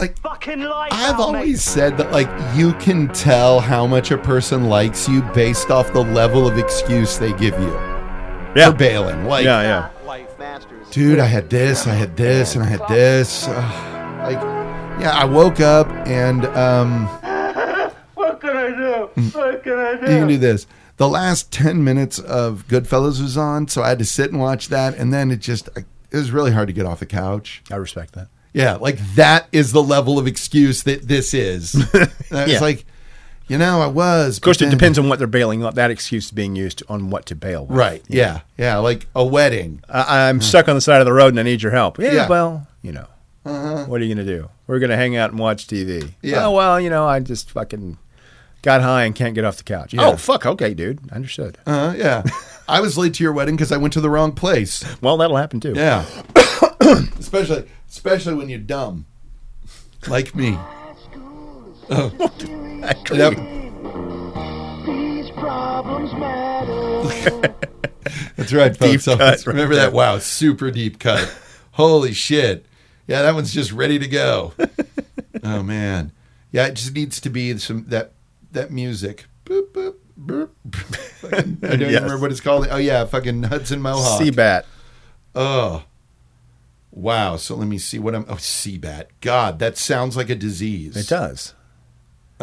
like fucking life I've out, mate. always said that like you can tell how much a person likes you based off the level of excuse they give you Yeah. for bailing. Like, Yeah, yeah. dude, I had this, I had this, and I had this. Ugh. like, yeah, I woke up and um, Mm. What can I do? What can I do? you can do this. The last ten minutes of Goodfellas was on, so I had to sit and watch that, and then it just I, it was really hard to get off the couch. I respect that. Yeah, like that is the level of excuse that this is. And It's Yeah. like, you know, I was. Of course, it depends on what they're bailing. on- That excuse being used on what to bail. With. Right. Yeah. Yeah. Like a wedding. I, I'm stuck on the side of the road and I need your help. Yeah. Yeah. Uh-huh. Well, you know, what are you going to do? We're going to hang out and watch TV. Yeah. Oh well, you know, I just fucking got high and can't get off the couch. Yeah. Oh fuck. Okay, dude. Understood. Uh, yeah. I was late to your wedding because I went to the wrong place. Well, that'll happen too. Yeah. especially, especially when you're dumb, like me. Oh, Actually, Yep. These problems matter. That's right, Deep folks. cut right Remember there. that? Wow, super deep cut. Holy shit! Yeah, that one's just ready to go. oh man. Yeah, it just needs to be some that that music. Boop, boop, boop. Fucking- I don't even Yes. remember what it's called. Oh yeah, fucking Hudson Mohawk. Seabat. Oh. Wow. So let me see what I'm. Oh, Seabat. God, that sounds like a disease. It does.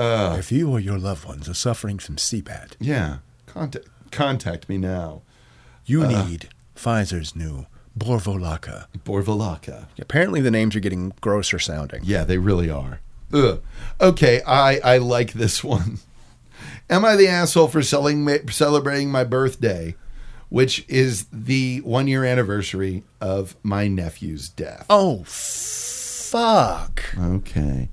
if you or your loved ones are suffering from CPAT, Yeah. Contact contact me now. you Uh-huh. need Pfizer's new Borvolaca. Borvalaca. Apparently, the names are getting grosser sounding. Yeah, they really are. Ugh. Okay, I I like this one. Am I the asshole for selling ma- celebrating my birthday, which is the one year anniversary of my nephew's death? Oh, fuck. Okay,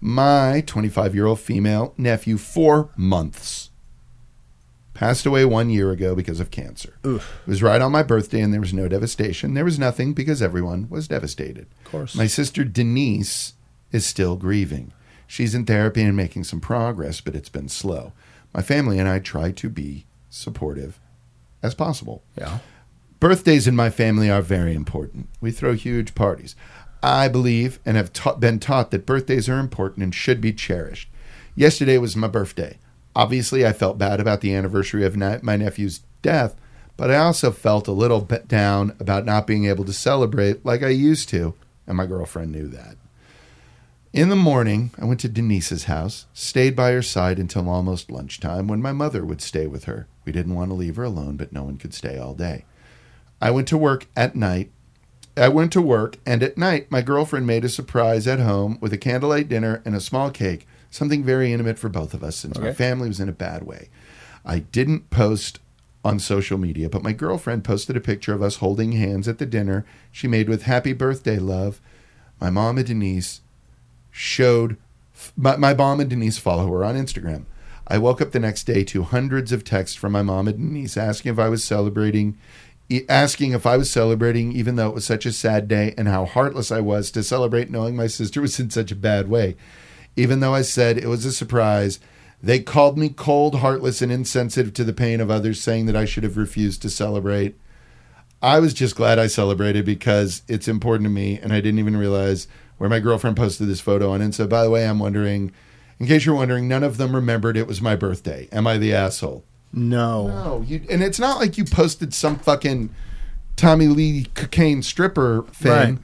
my 25 year old female nephew, four months, passed away one year ago because of cancer. It was right on my birthday, and there was no devastation. There was nothing because everyone was devastated. Of course. My sister Denise is still grieving. She's in therapy and making some progress, but it's been slow. My family and I try to be supportive as possible. Yeah. Birthdays in my family are very important. We throw huge parties. I believe and have ta- been taught that birthdays are important and should be cherished. Yesterday was my birthday. Obviously, I felt bad about the anniversary of ni- my nephew's death, but I also felt a little bit down about not being able to celebrate like I used to, and my girlfriend knew that. In the morning, I went to Denise's house, stayed by her side until almost lunchtime when my mother would stay with her. We didn't want to leave her alone, but no one could stay all day. I went to work at night. I went to work, and at night, my girlfriend made a surprise at home with a candlelight dinner and a small cake, something very intimate for both of us since my Okay. family was in a bad way. I didn't post on social media, but my girlfriend posted a picture of us holding hands at the dinner she made with Happy Birthday Love. My mom and Denise showed my, my mom and Denise follow her on Instagram. I woke up the next day to hundreds of texts from my mom and Denise asking if I was celebrating, e- asking if I was celebrating, even though it was such a sad day, and how heartless I was to celebrate knowing my sister was in such a bad way. Even though I said it was a surprise, they called me cold, heartless, and insensitive to the pain of others, saying that I should have refused to celebrate. I was just glad I celebrated because it's important to me, and I didn't even realize where my girlfriend posted this photo on. And so, by the way, I'm wondering, in case you're wondering, none of them remembered it was my birthday. Am I the asshole? No. No, you, and it's not like you posted some fucking Tommy Lee cocaine stripper thing. Right.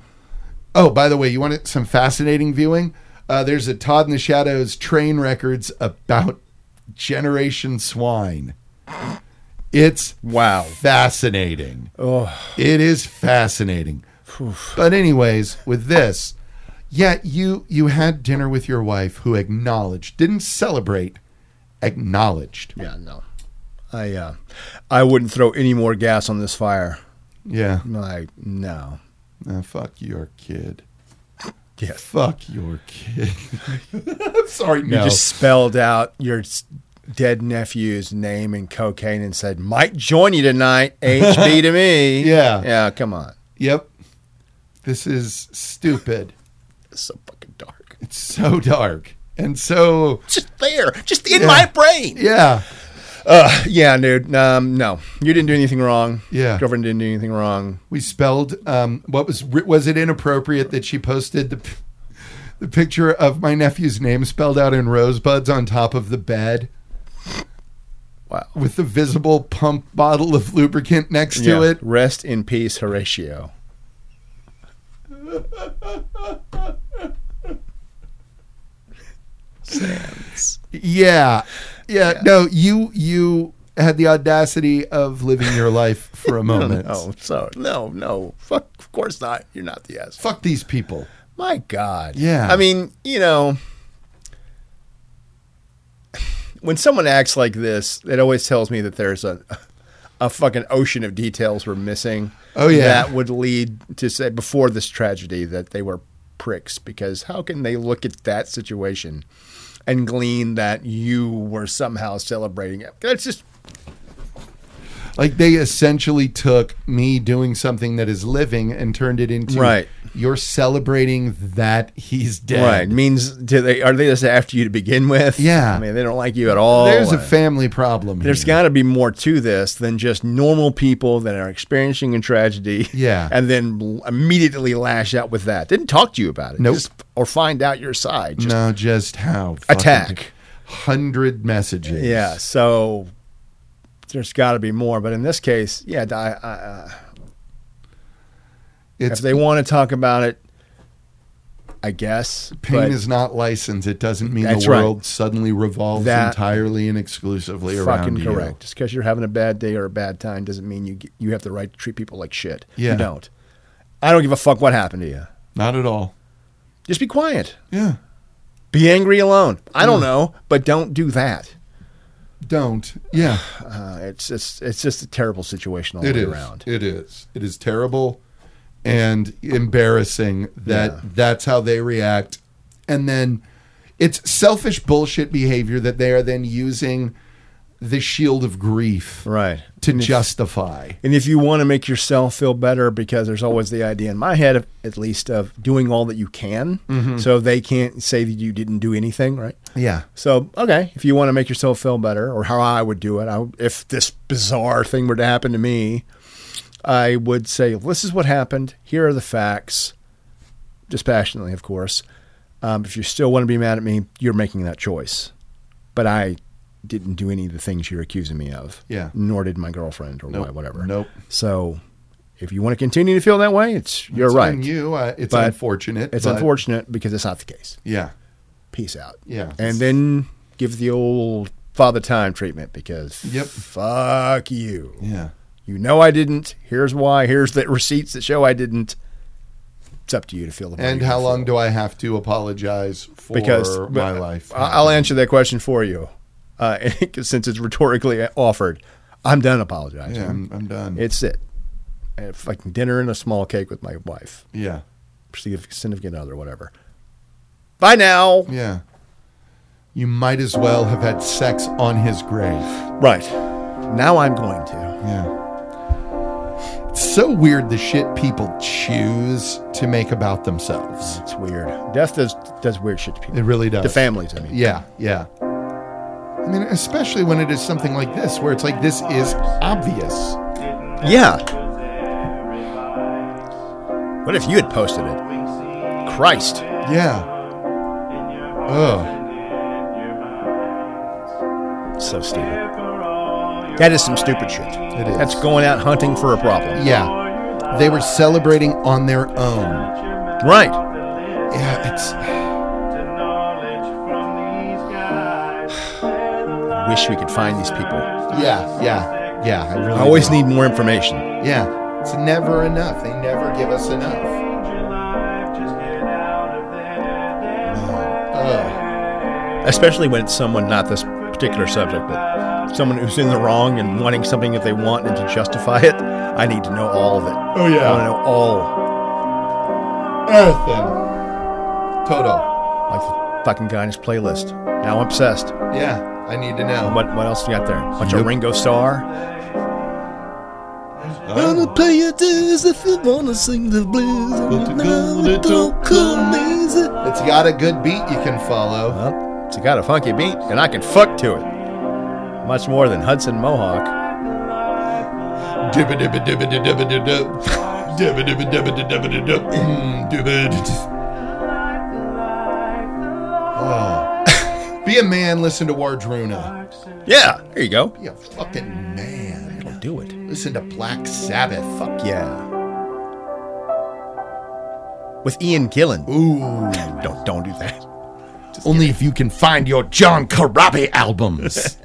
Oh, by the way, you want some fascinating viewing? Uh, there's a Todd in the Shadows train records about Generation Swine. It's Wow. fascinating. Oh, It is fascinating. But anyways, with this, yeah, you you had dinner with your wife who acknowledged, didn't celebrate, acknowledged. yeah, no. I uh, I wouldn't throw any more gas on this fire. Yeah. Like, no. Uh, fuck your kid. Yes. Fuck your kid. I'm sorry, no. You just spelled out your s- dead nephew's name and cocaine and said, "Might join you tonight." HB to me. Yeah. Yeah. Come on. yep. This is stupid. It's so fucking dark. It's so dark. And so, It's just there, just in Yeah. my brain. yeah. Uh, yeah, dude. Um, no, you didn't do anything wrong. Yeah. girlfriend didn't do anything wrong. We spelled um, what was was it inappropriate that she posted the the picture of my nephew's name spelled out in rosebuds on top of the bed. Wow. With the visible pump bottle of lubricant next to Yeah. it. Rest in peace, Horatio. Sands. Yeah. yeah. No, you you had the audacity of living your life for a moment. No, so Oh, no, no. Fuck, of course not. You're not the asshole. Fuck these people. My God. Yeah. I mean, you know, when someone acts like this, it always tells me that there's a a fucking ocean of details we're missing. Oh, yeah. That would lead to say before this tragedy that they were pricks because how can they look at that situation and glean that you were somehow celebrating it? That's just Like they essentially took me doing something that is living and turned it into Right. you're celebrating that he's dead. right. Means do they are they just after you to begin with? Yeah. I mean, they don't like you at all. There's a Uh, family problem. There's here. got to be more to this than just normal people that are experiencing a tragedy. Yeah. And then l- immediately lash out with that. Didn't talk to you about it. Nope. Just, or find out your side. Just, no, just how Attack. hundred messages. Yeah. So there's got to be more. But in this case, yeah, I, I, I, if it's they want to talk about it, I guess. pain but is not licensed. It doesn't mean That's the right. world suddenly revolves That- entirely and exclusively around fucking you. correct. Just because you're having a bad day or a bad time doesn't mean you get- you have the right to treat people like shit. Yeah. You don't. I don't give a fuck what happened to you. Not at all. Just be quiet. Yeah. Be angry alone. I Mm. don't know, but don't do that. Don't. Yeah. Uh, it's it's it's just a terrible situation all It the is. way around. It is. It is terrible and embarrassing that Yeah. that's how they react. And then it's selfish bullshit behavior that they are then using the shield of grief Right. to And if- justify. And if you want to make yourself feel better, because there's always the idea in my head, of, at least, of doing all that you can, Mm-hmm. so they can't say that you didn't do anything, right? Yeah. So, okay, if you want to make yourself feel better, or how I would do it, I, would- if this bizarre thing were to happen to me, I would say, this is what happened. Here are the facts, dispassionately, of course. Um, if you still want to be mad at me, you're making that choice. But I didn't do any of the things you're accusing me of. Yeah. Nor did my girlfriend or my whatever. Nope. So, if you want to continue to feel that way, it's you're It's right. on you. Uh, it's But unfortunate. It's but- unfortunate because it's not the case Yeah. peace out. Yeah. And then give the old father time treatment because Yep. fuck you. Yeah. You know I didn't. Here's why. Here's the receipts that show I didn't. It's up to you to feel the way And you how feel. long do I have to apologize for because my but life? I- I'll answer that question for you, uh, since it's rhetorically offered. I'm done apologizing. Yeah, I'm, I'm done. It's it. A fucking dinner and a small cake with my wife, yeah. significant other, whatever. Bye now. Yeah. You might as well have had sex on his grave. Right. Now I'm going to. Yeah. It's so weird the shit people choose to make about themselves. It's weird. Death does does weird shit to people. It really does. to families, I mean. Yeah, yeah. I mean, especially when it is something like this, where it's like, this is obvious. Yeah. What if you had posted it? Christ. Yeah. Oh, Ugh. So stupid. That is some stupid shit. It is. That's going out hunting for a problem. Yeah. They were celebrating on their own. Right. Yeah, it's. Wish we could find these people. Yeah, yeah, yeah. I really I always do. need more information. Yeah. It's never enough. They never give us enough. Ugh. Especially when it's someone not this particular subject, but someone who's in the wrong and wanting something that they want and to justify it. I need to know all of it. Oh, yeah. I want to know all. Earthen. Total. Like the fucking guy in his playlist. Now I'm obsessed. Yeah, I need to know. What what else you got there? Bunch Nope. of Ringo Starr. Oh. play your dues if you wanna sing the blues. But the golden don't come It's got a good beat you can follow. Well, it's got a funky beat, and I can fuck to it. Much more than Hudson Mohawk. Dibba dibba dibba dibba dibba dibba. Dibba dibba dibba dibba dibba dibba. Mm, dibba dibba. Be a man. Listen to Wardruna. Yeah, there you go. Be a fucking man. I'll do it. Listen to Black Sabbath. Fuck yeah. With Ian Gillan. Ooh. Don't don't do that. Only if you can find your John Karabi albums.